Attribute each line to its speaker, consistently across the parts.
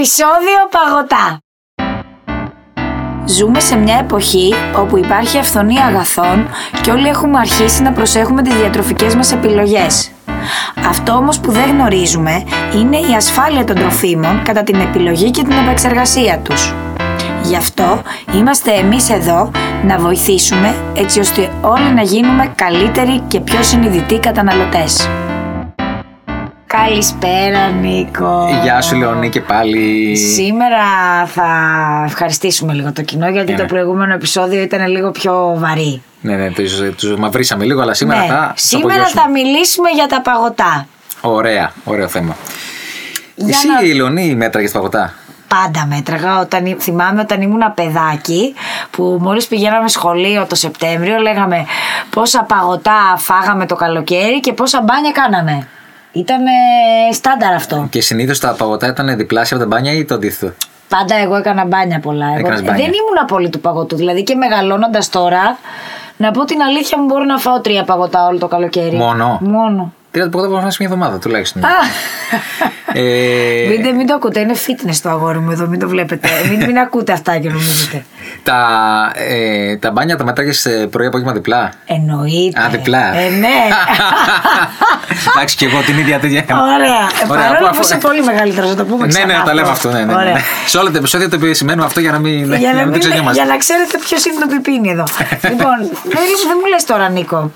Speaker 1: Επισόδιο παγωτά. Ζούμε σε μια εποχή όπου υπάρχει αυθονία αγαθών και όλοι έχουμε αρχίσει να προσέχουμε τις διατροφικές μας επιλογές. Αυτό όμως που δεν γνωρίζουμε είναι η ασφάλεια των τροφίμων κατά την επιλογή και την επεξεργασία τους. Γι' αυτό είμαστε εμείς εδώ να βοηθήσουμε έτσι ώστε όλοι να γίνουμε καλύτεροι και πιο συνειδητοί καταναλωτές. Καλησπέρα Νίκο.
Speaker 2: Γεια σου Λεωνί και πάλι.
Speaker 1: Σήμερα θα ευχαριστήσουμε λίγο το κοινό γιατί
Speaker 2: Ναι,
Speaker 1: το
Speaker 2: ναι.
Speaker 1: προηγούμενο επεισόδιο ήταν λίγο πιο βαρύ.
Speaker 2: Ναι, ναι, τους, τους μαυρίσαμε λίγο, αλλά σήμερα
Speaker 1: Ναι,
Speaker 2: θα τους
Speaker 1: σήμερα
Speaker 2: απογειώσουμε.
Speaker 1: θα μιλήσουμε για τα παγωτά.
Speaker 2: Ωραία, ωραίο θέμα.
Speaker 1: Για
Speaker 2: Εσύ,
Speaker 1: να-
Speaker 2: η Λεωνί, μέτραγες παγωτά.
Speaker 1: Πάντα μέτραγα. Όταν, ή- θυμάμαι όταν ήμουν παιδάκι που μόλις πηγαίναμε σχολείο το Σεπτέμβριο λέγαμε πόσα παγωτά φάγαμε το καλοκαίρι και πόσα μπάνια κάναμε. Ήταν στάνταρ αυτό.
Speaker 2: Και συνήθως τα παγωτά ήταν διπλάσια από τα μπάνια ή το αντίθετο.
Speaker 1: Πάντα εγώ έκανα μπάνια πολλά. Εγώ
Speaker 2: Έκανες μπάνια.
Speaker 1: δεν ήμουν πολύ του παγωτού. Δηλαδή και μεγαλώνοντας τώρα, να πω την αλήθεια μου, μπορώ να φάω τρία παγωτά όλο το καλοκαίρι.
Speaker 2: Μόνο?
Speaker 1: Μόνο.
Speaker 2: Τρία παγωτά μπορεί να φας μια εβδομάδα τουλάχιστον.
Speaker 1: Α!
Speaker 2: Ε,
Speaker 1: Μην, μην το ακούτε, είναι fitness το αγόρι μου εδώ, μην το βλέπετε. μην, μην ακούτε αυτά και νομίζετε.
Speaker 2: τα, ε, τα μπάνια τα μετράγες ε, πρωί απόγευμα διπλά.
Speaker 1: Εννοείται.
Speaker 2: Α, διπλά.
Speaker 1: Ε, ναι.
Speaker 2: Εντάξει, και εγώ την ίδια τέτοια. έκανα.
Speaker 1: Ωραία. Ε,
Speaker 2: Ωραία,
Speaker 1: Παρόλο που
Speaker 2: αφού-
Speaker 1: είσαι πολύ μεγαλύτερος, να το πούμε
Speaker 2: Ναι,
Speaker 1: ξανά.
Speaker 2: ναι, τα λέμε αυτό. Ναι, ναι, ναι.
Speaker 1: Ωραία.
Speaker 2: Σε όλα τα επεισόδια το επισημαίνουμε αυτό Ναι, για να μην,
Speaker 1: για, να
Speaker 2: μην
Speaker 1: μην-
Speaker 2: ξεχνιόμαστε.
Speaker 1: για να ξέρετε ποιος είναι το πιπίνι εδώ. λοιπόν, δεν, δεν μου λες τώρα, Νίκο.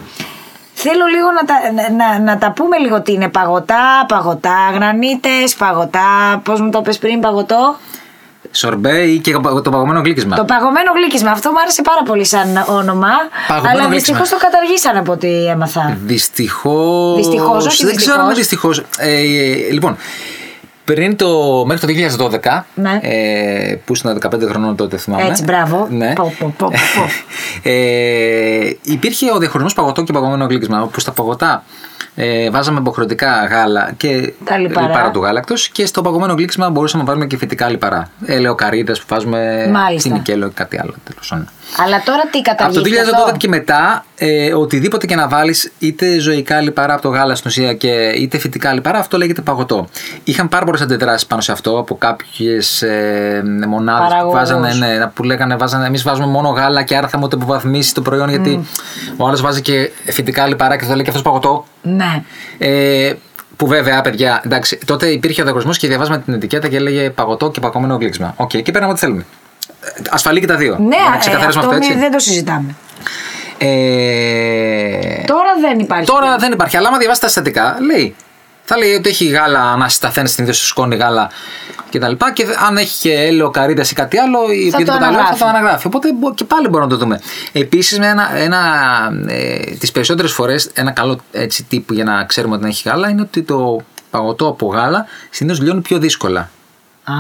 Speaker 1: Θέλω λίγο να τα, να- να, να τα πούμε λίγο τι είναι παγωτά, παγωτά, γρανίτες, παγωτά. Πώς μου το πες πριν, παγωτό.
Speaker 2: Σορμπέ ή και το παγωμένο γλύκισμα.
Speaker 1: Το παγωμένο γλύκισμα. Αυτό μου άρεσε πάρα πολύ σαν όνομα.
Speaker 2: Παγωμένο
Speaker 1: αλλά
Speaker 2: γλύκισμα.
Speaker 1: δυστυχώς το καταργήσαν από ό,τι έμαθα.
Speaker 2: Δυστυχώς.
Speaker 1: Δυστυχώς, όχι
Speaker 2: Δεν ξέρω αν είναι δυστυχώ.
Speaker 1: δυστυχώς.
Speaker 2: λοιπόν, πριν το, μέχρι το 2012,
Speaker 1: Ναι.
Speaker 2: ε, που ήσουν 15 χρονών τότε, θυμάμαι.
Speaker 1: Έτσι, μπράβο.
Speaker 2: Ναι.
Speaker 1: Πω, πω, πω, πω.
Speaker 2: ε, υπήρχε ο διαχωρισμός παγωτό και παγωμένο γλύκισμα, όπου στα παγωτά ε, βάζαμε υποχρεωτικά γάλα και
Speaker 1: Τα λιπαρά.
Speaker 2: του γάλακτος και στο παγωμένο γλύκισμα μπορούσαμε να βάλουμε και φυτικά λιπαρά. Ελαιοκαρίδε που βάζουμε.
Speaker 1: Μάλιστα.
Speaker 2: τιμικέλαιο ή κάτι άλλο τέλος πάντων.
Speaker 1: αλλά τώρα τι
Speaker 2: Από το
Speaker 1: καταργήθηκε.
Speaker 2: 2012 και μετά, ε, οτιδήποτε και να βάλεις, είτε ζωικά λιπαρά από το γάλα στην ουσία και είτε φυτικά λιπαρά, αυτό λέγεται παγωτό. Είχαν πάρα πολλές αντιδράσεις πάνω σε αυτό από κάποιες ε, μονάδες που
Speaker 1: Παραγωγούς.
Speaker 2: βάζανε, ναι, που λέγανε, βάζανε, εμείς βάζουμε μόνο γάλα και άρα θα μου το υποβαθμίσει το προϊόν, γιατί ο άλλος βάζει και φυτικά λιπαρά και θα λέει και αυτός παγωτό.
Speaker 1: Ναι.
Speaker 2: Ε, που βέβαια, παιδιά, εντάξει, τότε υπήρχε ο διαγωνισμός και διαβάζαμε την ετικέτα και έλεγε παγωτό και παγωμένο γλύξμα. Οκ, και παίρναμε ό,τι θέλουμε. Ε, Ασφαλή και τα δύο.
Speaker 1: Ναι,
Speaker 2: Να
Speaker 1: ε,
Speaker 2: ξεκαθαρίσουμε
Speaker 1: αυτό μη-
Speaker 2: έτσι.
Speaker 1: δεν το συζητάμε.
Speaker 2: Ε,
Speaker 1: Τώρα δεν υπάρχει.
Speaker 2: τώρα δεν υπάρχει. Αλλά άμα διαβάσεις τα στατικά, λέει. Θα λέει ότι έχει γάλα, ανασταθέν στην ίδια σου σκόνη γάλα κτλ. Και, τα λοιπά. και αν έχει και έλαιο, καρύδα ή κάτι άλλο, ή
Speaker 1: το
Speaker 2: οποιοδήποτε άλλο, θα
Speaker 1: αναγράφει.
Speaker 2: το αναγράφει. Οπότε μπο- και πάλι μπορούμε να το δούμε. Επίσης, ένα, ένα, ε, τις περισσότερες φορές, ένα καλό έτσι, τύπο για να ξέρουμε ότι έχει γάλα είναι ότι το παγωτό από γάλα συνήθως λιώνει πιο δύσκολα.
Speaker 1: Α,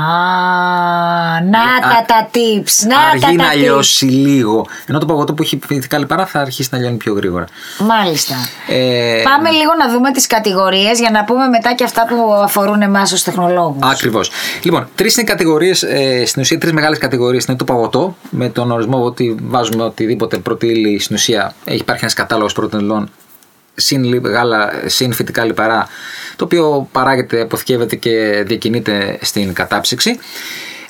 Speaker 1: να τα τα tips, να τα
Speaker 2: Αργεί
Speaker 1: τα
Speaker 2: Ε, να
Speaker 1: tips.
Speaker 2: λιώσει λίγο. Ενώ το παγωτό που έχει φυτικά λιπαρά θα αρχίσει να λιώνει πιο γρήγορα.
Speaker 1: Μάλιστα.
Speaker 2: Ε,
Speaker 1: Πάμε λίγο να δούμε τις κατηγορίες για να πούμε μετά και αυτά που αφορούν εμάς ως τεχνολόγους.
Speaker 2: Ακριβώς. Λοιπόν, τρεις είναι κατηγορίες, ε, στην ουσία τρεις μεγάλες κατηγορίες. Είναι το παγωτό, με τον ορισμό ότι βάζουμε οτιδήποτε πρώτη ύλη. Στην ουσία έχει υπάρχει ένας κατάλογος πρώτων υλών συν λι- γάλα, συν φυτικά λιπαρά, το οποίο παράγεται, αποθηκεύεται και διακινείται στην κατάψυξη.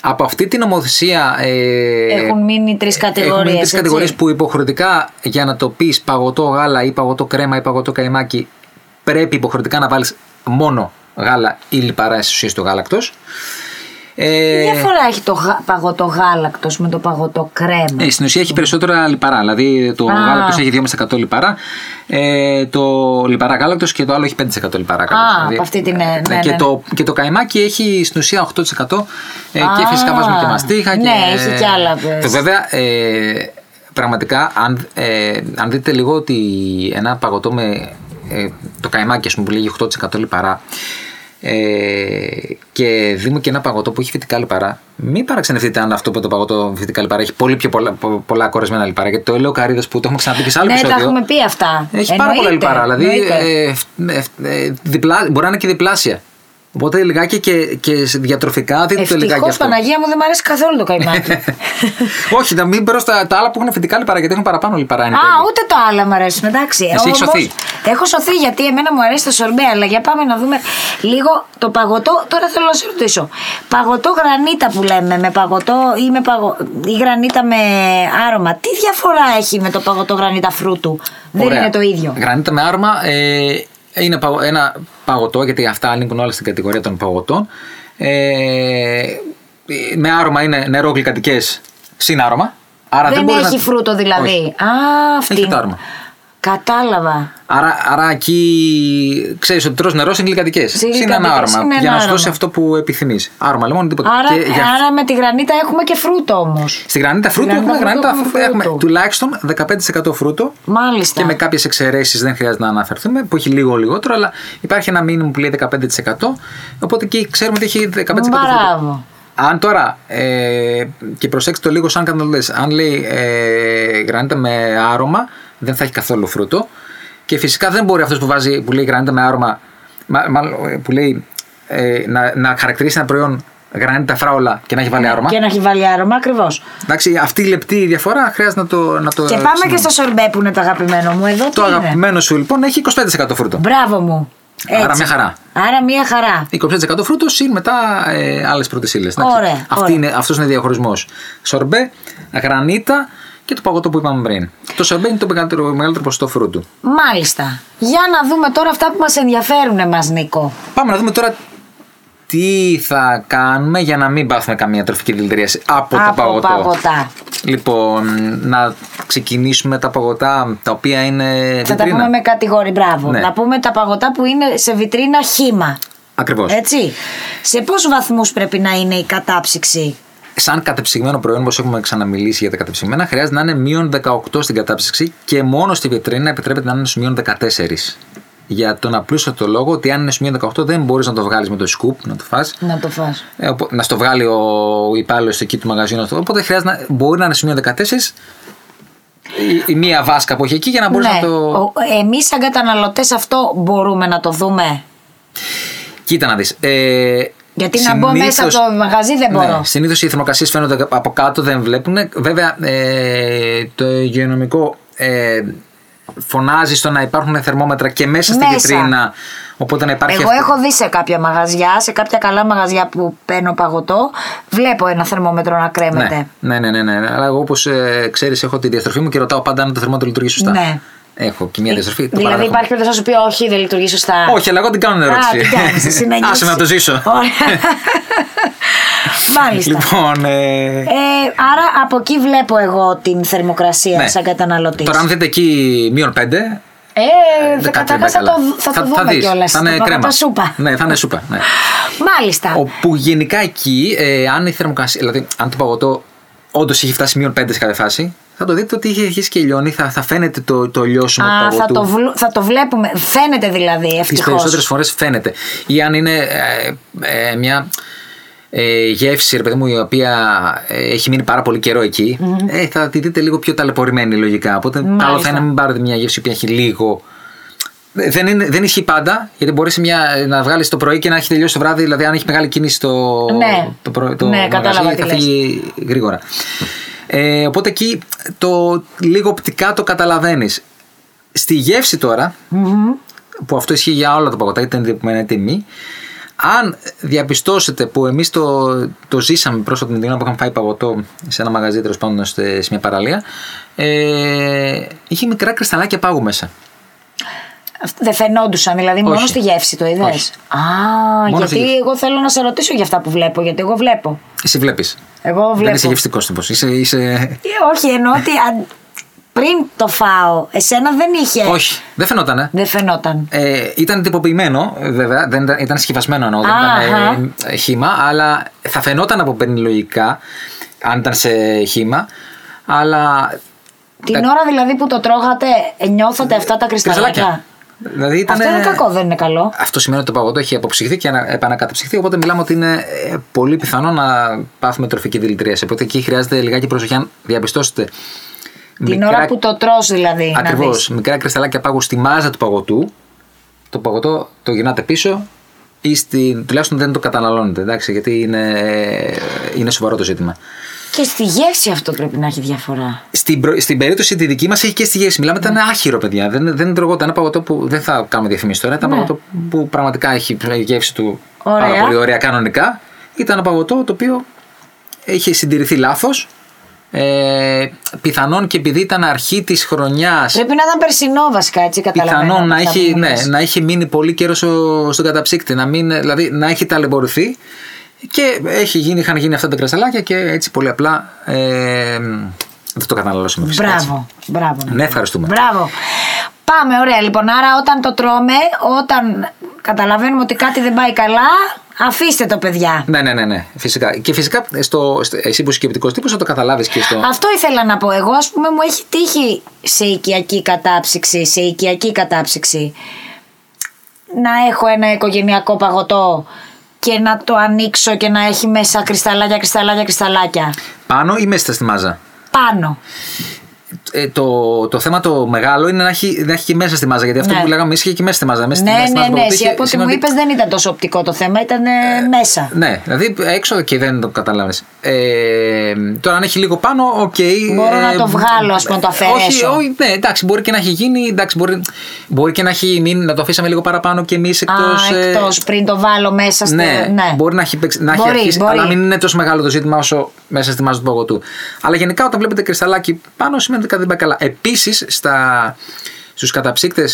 Speaker 2: Από αυτή την νομοθεσία. ε,
Speaker 1: Έχουν μείνει τρεις
Speaker 2: Έχουμε
Speaker 1: κατηγορίες.
Speaker 2: τρει
Speaker 1: έτσι.
Speaker 2: κατηγορίες που υποχρεωτικά για να το πεις παγωτό γάλα ή παγωτό κρέμα ή παγωτό καϊμάκι πρέπει υποχρεωτικά να βάλεις μόνο γάλα ή λιπαρά ουσίες του γάλακτος.
Speaker 1: Τι
Speaker 2: Ε,
Speaker 1: διαφορά έχει το γα- παγωτό γάλακτος με το παγωτό κρέμα.
Speaker 2: ε, στην ουσία έχει περισσότερα λιπαρά. Δηλαδή το
Speaker 1: Α.
Speaker 2: γάλακτος έχει 2,5% λιπαρά. Ε, το λιπαρά γάλακτος και το άλλο έχει 5% λιπαρά γάλακτος. Δηλαδή,
Speaker 1: από αυτή την, ναι,
Speaker 2: ε,
Speaker 1: ναι,
Speaker 2: και,
Speaker 1: ναι.
Speaker 2: Το, και το καϊμάκι έχει στην ουσία 8% ε, και
Speaker 1: Α,
Speaker 2: φυσικά βάζουμε και μαστίχα.
Speaker 1: ναι, έχει και άλλα, πες.
Speaker 2: Ε, Βέβαια, ε, πραγματικά, αν, ε, αν δείτε λίγο ότι ένα παγωτό με ε, το καϊμάκι, ας πούμε, που λέγει 8% λιπαρά. Ε, και δούμε και ένα παγωτό που έχει φυτικά λιπαρά. Μην παραξενευτείτε αν αυτό που το παγωτό φυτικά λιπαρά έχει πολύ πιο πολλά, πο- πολλά κορεσμένα λιπαρά. Γιατί το ελαιοκαρίδες που το έχουμε ξαναπεί και σε άλλο
Speaker 1: ναι, τα
Speaker 2: επεισόδιο.
Speaker 1: έχουμε πει αυτά.
Speaker 2: Έχει πάρα πολλά
Speaker 1: Εννοείται,
Speaker 2: λιπαρά. Δηλαδή
Speaker 1: εννοείται.
Speaker 2: ε, ε, ε, διπλά, μπορεί να είναι και διπλάσια. Οπότε λιγάκι και, και σε διατροφικά δείτε το λιγάκι
Speaker 1: Ευτυχώς
Speaker 2: αυτό. Ναι.
Speaker 1: Παναγία μου δεν μου αρέσει καθόλου το καϊμάκι.
Speaker 2: Όχι, να μην μπω στα τα άλλα που έχουν φυτικά λιπαρά γιατί έχουν παραπάνω λιπαρά. είναι
Speaker 1: Α,
Speaker 2: τέλειο.
Speaker 1: ούτε το άλλα μου αρέσουν, εντάξει.
Speaker 2: Εσύ έχεις
Speaker 1: Όμως,
Speaker 2: σωθεί.
Speaker 1: Έχω σωθεί γιατί εμένα μου αρέσει το σορμπέ, αλλά για πάμε να δούμε λίγο το παγωτό. Τώρα θέλω να σε ρωτήσω. Παγωτό γρανίτα που λέμε, με παγωτό ή, με παγω... ή γρανίτα με άρωμα. Τι διαφορά έχει με το παγωτό γρανίτα φρούτου. Δεν
Speaker 2: Ωραία.
Speaker 1: είναι το ίδιο.
Speaker 2: Γρανίτα με άρωμα ε, είναι παγω- ένα παγωτό, γιατί αυτά ανήκουν όλα στην κατηγορία των παγωτών. Ε, με άρωμα είναι νερό γλυκαντικές συν άρωμα. Άρα
Speaker 1: δεν
Speaker 2: μπορεί
Speaker 1: έχει
Speaker 2: να...
Speaker 1: φρούτο δηλαδή.
Speaker 2: Όχι.
Speaker 1: Α, αυτή.
Speaker 2: Έχει το άρωμα.
Speaker 1: Κατάλαβα.
Speaker 2: Άρα, άρα εκεί ξέρεις ότι τρως νερός σε γλυκαντικέ.
Speaker 1: Συν
Speaker 2: Συν ένα
Speaker 1: γλυκαντικές,
Speaker 2: άρωμα.
Speaker 1: είναι ένα
Speaker 2: Για να σου
Speaker 1: άρωμα.
Speaker 2: δώσει αυτό που επιθυμείς. Άρωμα, λοιπόν, τίποτα.
Speaker 1: Άρα,
Speaker 2: Και για-
Speaker 1: άρα με τη γρανίτα έχουμε και φρούτο όμως.
Speaker 2: Στη γρανίτα φρούτου
Speaker 1: γρανίτα
Speaker 2: έχουμε,
Speaker 1: φρούτου
Speaker 2: γρανίτα,
Speaker 1: έχουμε
Speaker 2: έχουμε
Speaker 1: φρούτο.
Speaker 2: τουλάχιστον 15% φρούτο.
Speaker 1: Μάλιστα.
Speaker 2: Και με κάποιες εξαιρέσεις δεν χρειάζεται να αναφερθούμε, που έχει λίγο λιγότερο, αλλά υπάρχει ένα μήνυμα που λέει 15%. Οπότε εκεί ξέρουμε ότι έχει 15% φρούτο.
Speaker 1: Μπράβο.
Speaker 2: Αν τώρα, ε, και προσέξτε το λίγο σαν καταναλωτές, αν λέει ε, γρανίτα με άρωμα, δεν θα έχει καθόλου φρούτο. Και φυσικά δεν μπορεί αυτός που, βάζει, που λέει γρανίτα με άρωμα, μα- μάλλον, ε, που λέει ε, να, να χαρακτηρίσει ένα προϊόν γρανίτα φράουλα και να έχει βάλει άρωμα.
Speaker 1: Ναι, Και να έχει βάλει άρωμα ακριβώς.
Speaker 2: Εντάξει, αυτή η λεπτή διαφορά χρειάζεται να το. Να το
Speaker 1: Και πάμε και στο σορμπέ που είναι το αγαπημένο μου. Εδώ
Speaker 2: Το
Speaker 1: τι είναι?
Speaker 2: αγαπημένο σου λοιπόν έχει 25% φρούτο.
Speaker 1: Μπράβο μου.
Speaker 2: Άρα μια χαρά.
Speaker 1: Άρα μια χαρά.
Speaker 2: 25% φρούτο συν μετά ε, άλλες πρώτε ύλε.
Speaker 1: Ωραία, ωραία.
Speaker 2: είναι, αυτός είναι διαχωρισμός. Σορμπέ, γρανίτα και το παγωτό που είπαμε πριν. Το σορμπέ είναι το μεγαλύτερο, μεγαλύτερο ποσοστό φρούτου.
Speaker 1: Μάλιστα. Για να δούμε τώρα αυτά που μας ενδιαφέρουν εμάς Νίκο.
Speaker 2: Πάμε να δούμε τώρα τι θα κάνουμε για να μην πάθουμε καμία τροφική δηλητηρίαση από, το παγωτό.
Speaker 1: παγωτά.
Speaker 2: Λοιπόν, να ξεκινήσουμε τα παγωτά τα οποία είναι.
Speaker 1: Θα τα πούμε με κατηγορή, μπράβο.
Speaker 2: Ναι.
Speaker 1: Να πούμε τα παγωτά που είναι σε βιτρίνα χήμα.
Speaker 2: Ακριβώς.
Speaker 1: Έτσι. Σε πόσους βαθμούς πρέπει να είναι η κατάψυξη.
Speaker 2: σαν κατεψυγμένο προϊόν, όπως έχουμε ξαναμιλήσει για τα κατεψυγμένα, χρειάζεται να είναι μείον 18 στην κατάψυξη και μόνο στη βιτρίνα επιτρέπεται να είναι στους μείον 14. Για τον απλούστατο λόγο ότι αν είναι στους μείον 18 δεν μπορείς να το βγάλεις με το σκουπ, να το φας,
Speaker 1: Να το φας.
Speaker 2: ε, οπο- να στο βγάλει ο υπάλληλος εκεί του μαγαζίνου αυτό. Οπότε χρειάζεται να, μπορεί να είναι στους μείον 14 η, η μία βάσκα που έχει εκεί για να μπορείς να το.
Speaker 1: Ναι. Ο- Εμείς σαν καταναλωτές αυτό μπορούμε να το δούμε.
Speaker 2: Κοίτα να δεις. Ε,
Speaker 1: Γιατί να μπω μέσα από το μαγαζί δεν μπορώ.
Speaker 2: Ναι, Συνήθως οι θερμοκρασίες φαίνονται από κάτω, δεν βλέπουν. Βέβαια, ε, το υγειονομικό ε, φωνάζει στο να υπάρχουν θερμόμετρα και μέσα,
Speaker 1: Μέσα.
Speaker 2: στη βιτρίνα. Οπότε να υπάρχει.
Speaker 1: Εγώ
Speaker 2: αυτό.
Speaker 1: έχω δει σε κάποια μαγαζιά, σε κάποια καλά μαγαζιά που παίρνω παγωτό, βλέπω ένα θερμόμετρο να κρέμεται.
Speaker 2: Ναι, ναι, ναι, ναι, ναι. Αλλά εγώ όπως ε, ξέρεις, έχω τη διαστροφή μου και ρωτάω πάντα αν το θερμόμετρο λειτουργεί σωστά.
Speaker 1: Ναι.
Speaker 2: Έχω και μια διαστροφή. το
Speaker 1: δηλαδή
Speaker 2: παραδέχομαι.
Speaker 1: υπάρχει περίπτωση να σου πει όχι, δεν λειτουργεί σωστά.
Speaker 2: Όχι, αλλά εγώ την κάνω την ερώτηση.
Speaker 1: Α, τι κάνεις, εσύ να νιώσεις.
Speaker 2: Άσε με να το ζήσω.
Speaker 1: Ωραία. Μάλιστα.
Speaker 2: Λοιπόν. ε,
Speaker 1: Ε, άρα από εκεί βλέπω εγώ την θερμοκρασία
Speaker 2: ναι.
Speaker 1: Ε, σαν καταναλωτής.
Speaker 2: Τώρα, αν δείτε εκεί μείον 5,
Speaker 1: Ε,
Speaker 2: δεν
Speaker 1: καταρχάς
Speaker 2: κατέβαινε
Speaker 1: θα,
Speaker 2: Ναι, καλά.
Speaker 1: το, θα, το δούμε
Speaker 2: δεις.
Speaker 1: κιόλας.
Speaker 2: Θα είναι κρέμα.
Speaker 1: σούπα.
Speaker 2: Ναι, θα είναι σούπα. Ναι.
Speaker 1: Μάλιστα.
Speaker 2: Όπου γενικά εκεί, ε, αν η θερμοκρασία, δηλαδή αν το παγωτό όντως έχει φτάσει μείον 5 σε κάθε φάση, θα το δείτε ότι έχει αρχίσει και λιώνει, θα, θα φαίνεται το, το λιώσιμο του
Speaker 1: Α,
Speaker 2: παγωτού.
Speaker 1: θα το, βλου- θα το βλέπουμε. Φαίνεται δηλαδή
Speaker 2: Τις
Speaker 1: ευτυχώς.
Speaker 2: περισσότερες φορές φαίνεται. Ή αν είναι ε, ε, μια ε, γεύση, ρε παιδί μου, η οποία ε, έχει μείνει πάρα πολύ καιρό εκεί, ε, θα τη δείτε λίγο πιο ταλαιπωρημένη λογικά. Οπότε καλό θα
Speaker 1: Μάλιστα.
Speaker 2: είναι να μην πάρετε μια γεύση που έχει λίγο. Δεν, είναι, δεν ισχύει πάντα, γιατί μπορείς μια, να βγάλεις το πρωί και να έχει τελειώσει το βράδυ. Δηλαδή, αν έχει μεγάλη κίνηση το,
Speaker 1: Ναι.
Speaker 2: το, πρωί- το
Speaker 1: Ναι,
Speaker 2: μαγαζί,
Speaker 1: κατάλαβα τι
Speaker 2: θα
Speaker 1: λες.
Speaker 2: φύγει γρήγορα. Ε, οπότε εκεί το, λίγο οπτικά το καταλαβαίνεις. Στη γεύση τώρα, που αυτό ισχύει για όλα τα παγωτά, είτε είναι διαπημένα είτε μη, αν διαπιστώσετε που εμείς το, το ζήσαμε πρόσφατα με την ώρα που είχαμε φάει παγωτό σε ένα μαγαζί τέλος πάντων σε, σε μια παραλία, ε, είχε μικρά κρυσταλάκια πάγου μέσα.
Speaker 1: Δεν φαινόντουσαν, δηλαδή
Speaker 2: Όχι.
Speaker 1: μόνο στη γεύση το είδες. Α,
Speaker 2: Όχι. στη
Speaker 1: γιατί
Speaker 2: γεύση.
Speaker 1: εγώ θέλω να σε ρωτήσω για αυτά που βλέπω, γιατί εγώ βλέπω.
Speaker 2: Εσύ βλέπεις.
Speaker 1: Εγώ
Speaker 2: Δεν
Speaker 1: βλέπω.
Speaker 2: είσαι γευστικός τύπος. Είσαι, είσαι...
Speaker 1: Ε, Όχι, εννοώ ότι αν- πριν το φάω, εσένα δεν είχε.
Speaker 2: Όχι, δεν φαινότανε.
Speaker 1: Δεν φαινόταν.
Speaker 2: Ε, ήταν τυποποιημένο, βέβαια, δεν ήταν, ήταν σκευασμένο εννοώ, δεν
Speaker 1: Αχα.
Speaker 2: ήταν ε, χήμα, αλλά θα φαινόταν από παίρνει λογικά, αν ήταν σε χήμα, αλλά...
Speaker 1: Την ώρα δηλαδή που το τρώγατε, νιώθατε αυτά τα κρυσταλλάκια.
Speaker 2: Δηλαδή ήταν...
Speaker 1: Αυτό είναι κακό, δεν είναι καλό.
Speaker 2: Αυτό σημαίνει ότι το παγωτό έχει αποψυχθεί και ανα- επανακατεψυχθεί. Οπότε μιλάμε ότι είναι ε, πολύ πιθανό να πάθουμε τροφική δηλητηρίαση. Οπότε εκεί χρειάζεται λιγάκι προσοχή. Αν διαπιστώσετε.
Speaker 1: Την ώρα που το τρως δηλαδή. να
Speaker 2: Ακριβώς.
Speaker 1: δεις.
Speaker 2: Μικρά κρυσταλάκια πάγου στη μάζα του παγωτού. Το παγωτό το γυρνάτε πίσω, ή στην, τουλάχιστον δεν το καταναλώνετε, εντάξει, γιατί είναι, είναι σοβαρό το ζήτημα.
Speaker 1: Και στη γεύση αυτό πρέπει να έχει διαφορά.
Speaker 2: Στην, προ- στην περίπτωση τη δική μας έχει και στη γεύση. Μιλάμε, ήταν
Speaker 1: Ναι.
Speaker 2: άχυρο, παιδιά. Δεν, δεν τρωγόταν. Ένα παγωτό που δεν θα κάνουμε διαφημίσεις τώρα. Ήταν
Speaker 1: Ναι.
Speaker 2: ένα παγωτό που πραγματικά έχει η γεύση του
Speaker 1: Ωραία.
Speaker 2: πάρα πολύ ωραία κανονικά. Ήταν ένα παγωτό το οποίο είχε συντηρηθεί λάθος. Ε, πιθανόν και επειδή ήταν αρχή της χρονιάς.
Speaker 1: Πρέπει να ήταν περσινό βασικά, έτσι καταλαβαίνω.
Speaker 2: Πιθανόν
Speaker 1: από
Speaker 2: να
Speaker 1: αυτά που
Speaker 2: έχει,
Speaker 1: μου
Speaker 2: ναι,
Speaker 1: λες.
Speaker 2: να έχει μείνει πολύ καιρός στο- στον καταψύκτη, να μην, δηλαδή να έχει ταλαιπωρηθεί και έχει γίνει, είχαν γίνει αυτά τα κρασαλάκια και έτσι πολύ απλά ε, δεν το καταναλώσαμε φυσικά. έτσι.
Speaker 1: Μπράβο, μπράβο.
Speaker 2: Ναι, ευχαριστούμε.
Speaker 1: Μπράβο. Πάμε, ωραία λοιπόν. Άρα όταν το τρώμε, όταν καταλαβαίνουμε ότι κάτι δεν πάει καλά, αφήστε το παιδιά.
Speaker 2: Ναι, ναι, ναι, ναι, φυσικά. Και φυσικά ε, στο, στο- εσύ που σκεπτικός τύπος θα το καταλάβεις και στο.
Speaker 1: Αυτό ήθελα να πω. Εγώ, ας πούμε, μου έχει τύχει σε οικιακή κατάψυξη, σε οικιακή κατάψυξη, να έχω ένα οικογενειακό παγωτό και να το ανοίξω και να έχει μέσα κρυσταλάκια, κρυσταλάκια, κρυσταλάκια.
Speaker 2: Πάνω ή μέσα στη μάζα.
Speaker 1: Πάνω.
Speaker 2: Ε, το, το θέμα το μεγάλο είναι να έχει, να έχει και μέσα στη μάζα. Γιατί αυτό
Speaker 1: Ναι.
Speaker 2: που λέγαμε εμεί είχε και μέσα στη μάζα. Μέσα στη-
Speaker 1: ναι,
Speaker 2: μέσα στη
Speaker 1: ναι,
Speaker 2: μάζα
Speaker 1: ναι.
Speaker 2: παγωτή
Speaker 1: Εσύ
Speaker 2: είχε-
Speaker 1: από ό,τι μου
Speaker 2: σημαίνει
Speaker 1: είπες δεν ήταν τόσο οπτικό το θέμα, ήταν ε, μέσα.
Speaker 2: Ναι, δηλαδή έξω και δεν το καταλάβει. Ε, τώρα, αν έχει λίγο πάνω, οκ.
Speaker 1: Μπορώ να το βγάλω, ας
Speaker 2: α
Speaker 1: πούμε, να το αφαιρέσω.
Speaker 2: Όχι, όχι, ναι, εντάξει, μπορεί και να έχει γίνει. Εντάξει, μπορεί, μπορεί και να, έχει, μείνει, να το αφήσαμε λίγο παραπάνω και εμείς εκτό.
Speaker 1: Α, εκτός, πριν το βάλω μέσα στο.
Speaker 2: ε, Ναι, μπορεί να έχει, παίξει- να έχει
Speaker 1: Μπορεί,
Speaker 2: αρχίσει,
Speaker 1: μπορεί.
Speaker 2: αλλά μην είναι τόσο μεγάλο το ζήτημα όσο μέσα στη μάζα του παγωτού. Αλλά γενικά, όταν βλέπετε κρυσταλάκι πάνω, σημαίνει ότι κάτι δεν πάει καλά. Επίσης, στους καταψύκτες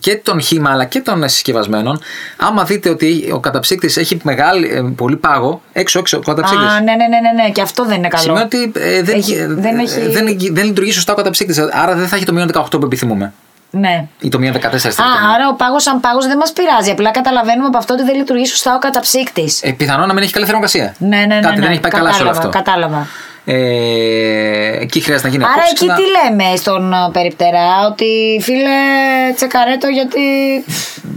Speaker 2: και των χήμα αλλά και των συσκευασμένων, άμα δείτε ότι ο καταψύκτης έχει μεγάλη, ε, πολύ πάγο, έξω, έξω, ο καταψύκτης.
Speaker 1: Α, ναι, ναι, ναι, ναι, ναι, και αυτό δεν είναι καλό.
Speaker 2: Σημαίνει ότι ε, δεν,
Speaker 1: Έχει-
Speaker 2: ε,
Speaker 1: δεν έχει-
Speaker 2: δεν, δεν λειτουργεί σωστά ο καταψύκτης. Άρα δεν θα έχει το μείον 18 που επιθυμούμε.
Speaker 1: Ναι.
Speaker 2: Ή το μείον 14 στην επιθυμούμε.
Speaker 1: Α, άρα ο πάγος σαν πάγος δεν μας πειράζει. Απλά καταλαβαίνουμε από αυτό ότι δεν λειτουργεί σωστά ο καταψύκτης.
Speaker 2: Ε, πιθανόν να μην έχει καλή θερμοκρασία.
Speaker 1: ναι, ναι, ναι.
Speaker 2: Κάτι
Speaker 1: ναι.
Speaker 2: δεν έχει πάει καλά σε όλο
Speaker 1: Κατάλαβα,
Speaker 2: αυτό.
Speaker 1: Κατάλαβα.
Speaker 2: Ε, εκεί χρειάζεται να γίνει
Speaker 1: Άρα
Speaker 2: απόψη
Speaker 1: εκεί
Speaker 2: να-
Speaker 1: τι λέμε στον ε, περιπτερά, ότι φίλε τσεκαρέτο γιατί.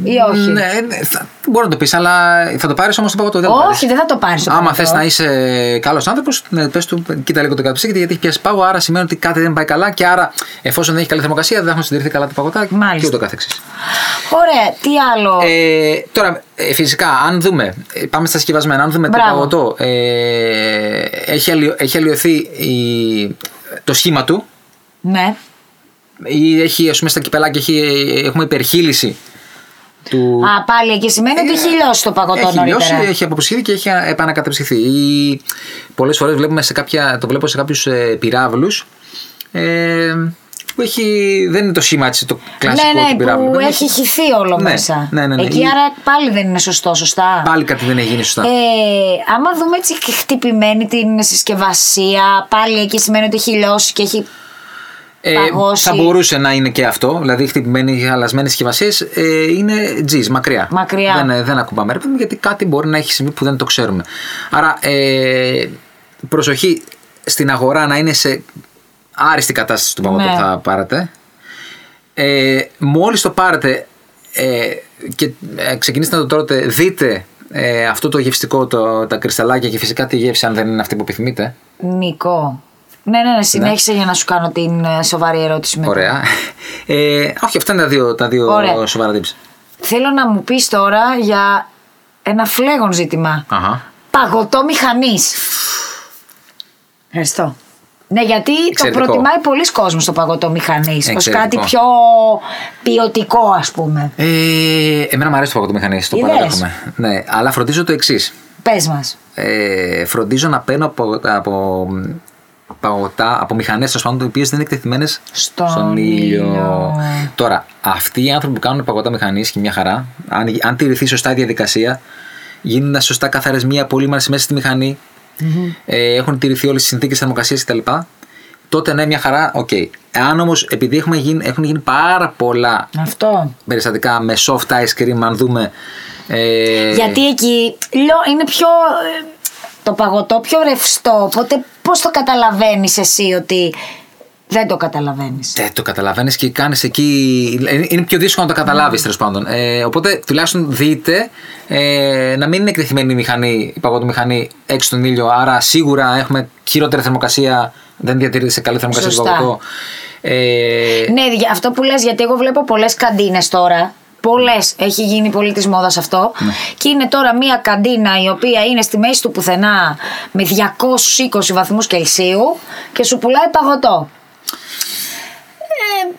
Speaker 1: ή όχι.
Speaker 2: Ναι, ναι, θα, μπορεί να το πεις, αλλά θα το πάρεις όμως το παγωτό. δεν το πάρεις.
Speaker 1: όχι, δεν θα το πάρεις.
Speaker 2: Άμα θες να είσαι καλός άνθρωπος, πες του, κοίτα λίγο το καταψύκτη γιατί έχεις πιάσει πάγο. Άρα σημαίνει ότι κάτι δεν πάει καλά και άρα εφόσον δεν έχει καλή θερμοκρασία δεν θα έχουν συντηρηθεί καλά τα παγωτά
Speaker 1: Μάλιστα.
Speaker 2: και ούτω καθεξής.
Speaker 1: Ωραία, τι άλλο.
Speaker 2: Ε, τώρα, ε, φυσικά, αν δούμε, ε, πάμε στα συσκευασμένα, αν δούμε
Speaker 1: Μπράβο.
Speaker 2: το παγωτό, ε, έχει, αλλοιω- έχει αλλοιωθεί η- το σχήμα του,
Speaker 1: ναι.
Speaker 2: ή έχει, ας πούμε, στα κυπελάκια έχει, έχουμε υπερχείληση του.
Speaker 1: Α, πάλι εκεί σημαίνει ότι έχει λιώσει το παγωτό
Speaker 2: Ε, έχει λιώσει, ε,
Speaker 1: νωρίτερα.
Speaker 2: έχει αποψυχθεί και έχει επανακατεψυχθεί. Πολλές φορές βλέπουμε σε κάποια, το βλέπω σε κάποιους ε, πυράβλους. Ε, που έχει, δεν είναι το σήμα έτσι, το κλασικό
Speaker 1: ναι, ναι,
Speaker 2: του πυράβλου.
Speaker 1: που
Speaker 2: Δεν
Speaker 1: έχει χυθεί όλο
Speaker 2: Ναι,
Speaker 1: μέσα.
Speaker 2: ναι, ναι, ναι.
Speaker 1: Εκεί
Speaker 2: Ή-
Speaker 1: άρα πάλι δεν είναι σωστό, σωστά.
Speaker 2: Πάλι κάτι δεν έχει γίνει σωστά.
Speaker 1: Ε, άμα δούμε έτσι και χτυπημένη την συσκευασία, πάλι εκεί σημαίνει ότι έχει λιώσει και έχει. παγώσει.
Speaker 2: Ε, θα μπορούσε να είναι και αυτό. Δηλαδή, χτυπημένοι, χαλασμένε συσκευασίες ε, είναι τζις, μακριά.
Speaker 1: Μακριά.
Speaker 2: Δεν, ε, δεν ακουμπάμε, ρε παιδί μου, γιατί κάτι μπορεί να έχει συμβεί που δεν το ξέρουμε. Άρα, ε, προσοχή στην αγορά να είναι σε άριστη κατάσταση του παγωτό
Speaker 1: Ναι.
Speaker 2: που θα πάρετε. Ε, μόλις το πάρετε ε, και ε, ξεκινήσετε να το τρώτε, δείτε ε, αυτό το γευστικό, το, τα κρυσταλάκια και φυσικά τη γεύση, αν δεν είναι αυτή που επιθυμείτε.
Speaker 1: Νικό. Ναι, ναι, ναι, συνέχισε για να σου κάνω την ε, σοβαρή ερώτηση μετά.
Speaker 2: Ωραία. Ε, όχι, αυτά είναι τα δύο, τα δύο
Speaker 1: Ωραία.
Speaker 2: σοβαρά tips.
Speaker 1: Θέλω να μου πεις τώρα για ένα φλέγον ζήτημα.
Speaker 2: Αχα.
Speaker 1: Παγωτό μηχανή. Ευχαριστώ. Ναι, γιατί
Speaker 2: Εξαιρετικό.
Speaker 1: το προτιμάει πολλοί κόσμος το παγωτό μηχανή. Ως
Speaker 2: Εξαιρετικό.
Speaker 1: κάτι πιο ποιοτικό, ας πούμε.
Speaker 2: Ε, εμένα μου αρέσει το παγωτομηχανή, το
Speaker 1: Είδες.
Speaker 2: παραδέχομαι. Ναι, αλλά φροντίζω το εξής.
Speaker 1: Πες μας.
Speaker 2: Ε, φροντίζω να παίρνω από, από παγωτά, από μηχανές τέλο πάντων, οι οποίες δεν είναι εκτεθειμένες
Speaker 1: Στον ήλιο.
Speaker 2: Τώρα, αυτοί οι άνθρωποι που κάνουν παγωτά μηχανής και μια χαρά, αν, αν τηρηθεί σωστά η διαδικασία, γίνουν σωστά καθαρές μία απολύμανση μέσα στη μηχανη ε, έχουν τηρηθεί όλες τις συνθήκες θερμοκρασίας κτλ. Τότε ναι, μια χαρά, οκ. Αν όμως, επειδή έχουμε γίνει, έχουν γίνει πάρα πολλά
Speaker 1: Αυτό.
Speaker 2: περιστατικά με soft ice cream, αν δούμε. Ε,
Speaker 1: Γιατί εκεί λιώ- είναι πιο. ε, το παγωτό πιο ρευστό. Οπότε πώς το καταλαβαίνεις εσύ ότι δεν το καταλαβαίνεις.
Speaker 2: Δεν Ε, το καταλαβαίνεις και κάνεις εκεί. είναι- Είναι πιο δύσκολο να το καταλάβεις τέλος πάντων. Ε, οπότε τουλάχιστον δείτε ε, να μην είναι εκτεθειμένη η μηχανή, η παγωτομηχανή έξω στον ήλιο. Άρα σίγουρα έχουμε χειρότερη θερμοκρασία. Δεν διατηρείται σε καλή θερμοκρασία στο
Speaker 1: Σωστά.
Speaker 2: παγωτό. Ε,
Speaker 1: Ναι, δι- αυτό που λες, γιατί εγώ βλέπω πολλές καντίνες τώρα Πολλές έχει γίνει πολύ της μόδας αυτό.
Speaker 2: Ναι.
Speaker 1: Και είναι τώρα μία καντίνα η οποία είναι στη μέση του πουθενά με 220 βαθμούς Κελσίου και σου πουλάει παγωτό. Ε,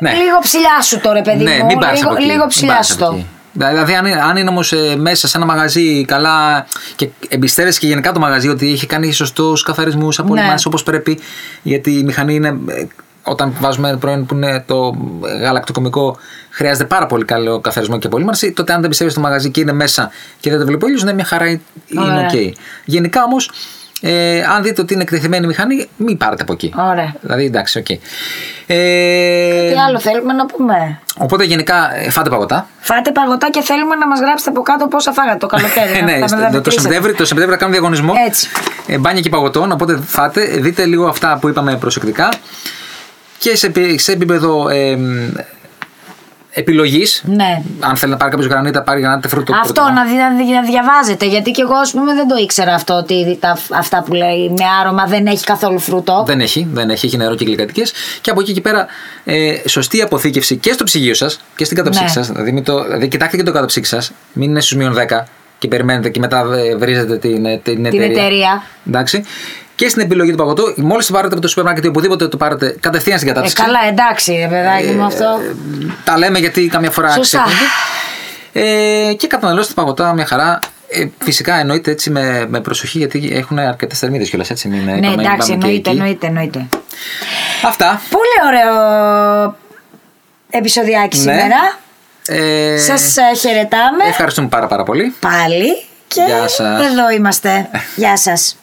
Speaker 2: Ναι.
Speaker 1: Λίγο ψηλά σου τώρα, παιδί
Speaker 2: ναι,
Speaker 1: μου.
Speaker 2: μην πάρεις
Speaker 1: λίγο,
Speaker 2: από εκεί.
Speaker 1: λίγο
Speaker 2: Μην
Speaker 1: ψηλά
Speaker 2: πάρεις
Speaker 1: σου
Speaker 2: από
Speaker 1: το.
Speaker 2: εκεί. Δηλαδή, αν, αν είναι όμως μέσα σε ένα μαγαζί καλά και εμπιστεύεσαι και γενικά το μαγαζί ότι έχει κάνει σωστούς καθαρισμούς, απολυμάνει
Speaker 1: Ναι.
Speaker 2: όπως όπως πρέπει, γιατί η μηχανή είναι. ε, Όταν βάζουμε προϊόν που είναι το γαλακτοκομικό, χρειάζεται πάρα πολύ καλό καθαρισμό και απολύμανση. Τότε, αν δεν πιστεύεις στο μαγαζί και είναι μέσα και δεν το βλέπει ο ήλιος, ναι, μια χαρά είναι
Speaker 1: Ωραία.
Speaker 2: οκ. Γενικά όμως, ε, αν δείτε ότι είναι εκτεθειμένη η μηχανή, μην πάρετε από εκεί.
Speaker 1: Ωραία.
Speaker 2: Δηλαδή, εντάξει, οκ. Ε,
Speaker 1: Τι άλλο θέλουμε να πούμε.
Speaker 2: Οπότε, γενικά, ε, φάτε παγωτά.
Speaker 1: Φάτε παγωτά και θέλουμε να μας γράψετε από κάτω πόσα φάγατε το καλοκαίρι.
Speaker 2: Ε,
Speaker 1: να-
Speaker 2: ναι,
Speaker 1: θα
Speaker 2: στο-
Speaker 1: μετρήσετε.
Speaker 2: το, Σεπτέμβριο, το Σεπτέμβριο θα κάνουμε διαγωνισμό.
Speaker 1: Έτσι.
Speaker 2: Ε, μπάνια και παγωτών, οπότε φάτε. Δείτε λίγο αυτά που είπαμε προσεκτικά. Και σε, επί- σε επίπεδο ε, επιλογής.
Speaker 1: Ναι.
Speaker 2: Αν θέλει να πάρει κάποιος γρανίτα, πάρει γρανίτα φρούτο.
Speaker 1: Αυτό
Speaker 2: πρωτό.
Speaker 1: να, δι- να δι- να διαβάζετε. Γιατί και εγώ, ας πούμε, δεν το ήξερα αυτό ότι τα, αυτά που λέει με άρωμα δεν έχει καθόλου φρούτο.
Speaker 2: Δεν έχει, δεν έχει, έχει νερό και γλυκαντικές. Και από εκεί και πέρα, ε, σωστή αποθήκευση και στο ψυγείο σας και στην καταψύξη
Speaker 1: Ναι.
Speaker 2: σας. σα. Δηλαδή, μην το, δηλαδή, κοιτάξτε και το καταψύξη σας. Μην είναι στους μείον 10 και περιμένετε και μετά ε, βρίζετε την, ε, την,
Speaker 1: Την εταιρεία.
Speaker 2: Εντάξει. Και στην επιλογή του παγωτού, μόλις το πάρετε από το σούπερ μάρκετ ή οπουδήποτε το πάρετε, κατευθείαν στην
Speaker 1: Ε,
Speaker 2: κατάψυξη.
Speaker 1: καλά, εντάξει, ρε παιδάκι
Speaker 2: Ε,
Speaker 1: μου αυτό.
Speaker 2: Τα λέμε γιατί καμιά φορά
Speaker 1: Σωστά.
Speaker 2: ξεχνιέται. Ε, και καταναλώστε παγωτά μια χαρά. Ε, φυσικά εννοείται έτσι με, με προσοχή γιατί έχουν αρκετές θερμίδες κιόλας. Έτσι μην
Speaker 1: ναι,
Speaker 2: μην πάμε
Speaker 1: εντάξει,
Speaker 2: και
Speaker 1: εννοείται,
Speaker 2: εκεί.
Speaker 1: εννοείται, εννοείται.
Speaker 2: Αυτά.
Speaker 1: Πολύ ωραίο επεισοδιάκι
Speaker 2: Ναι.
Speaker 1: σήμερα.
Speaker 2: Ε,
Speaker 1: Σας ε, χαιρετάμε
Speaker 2: Ευχαριστούμε πάρα πάρα πολύ.
Speaker 1: πάλι και
Speaker 2: Γεια σας. Ε.
Speaker 1: εδώ είμαστε. Γεια σας.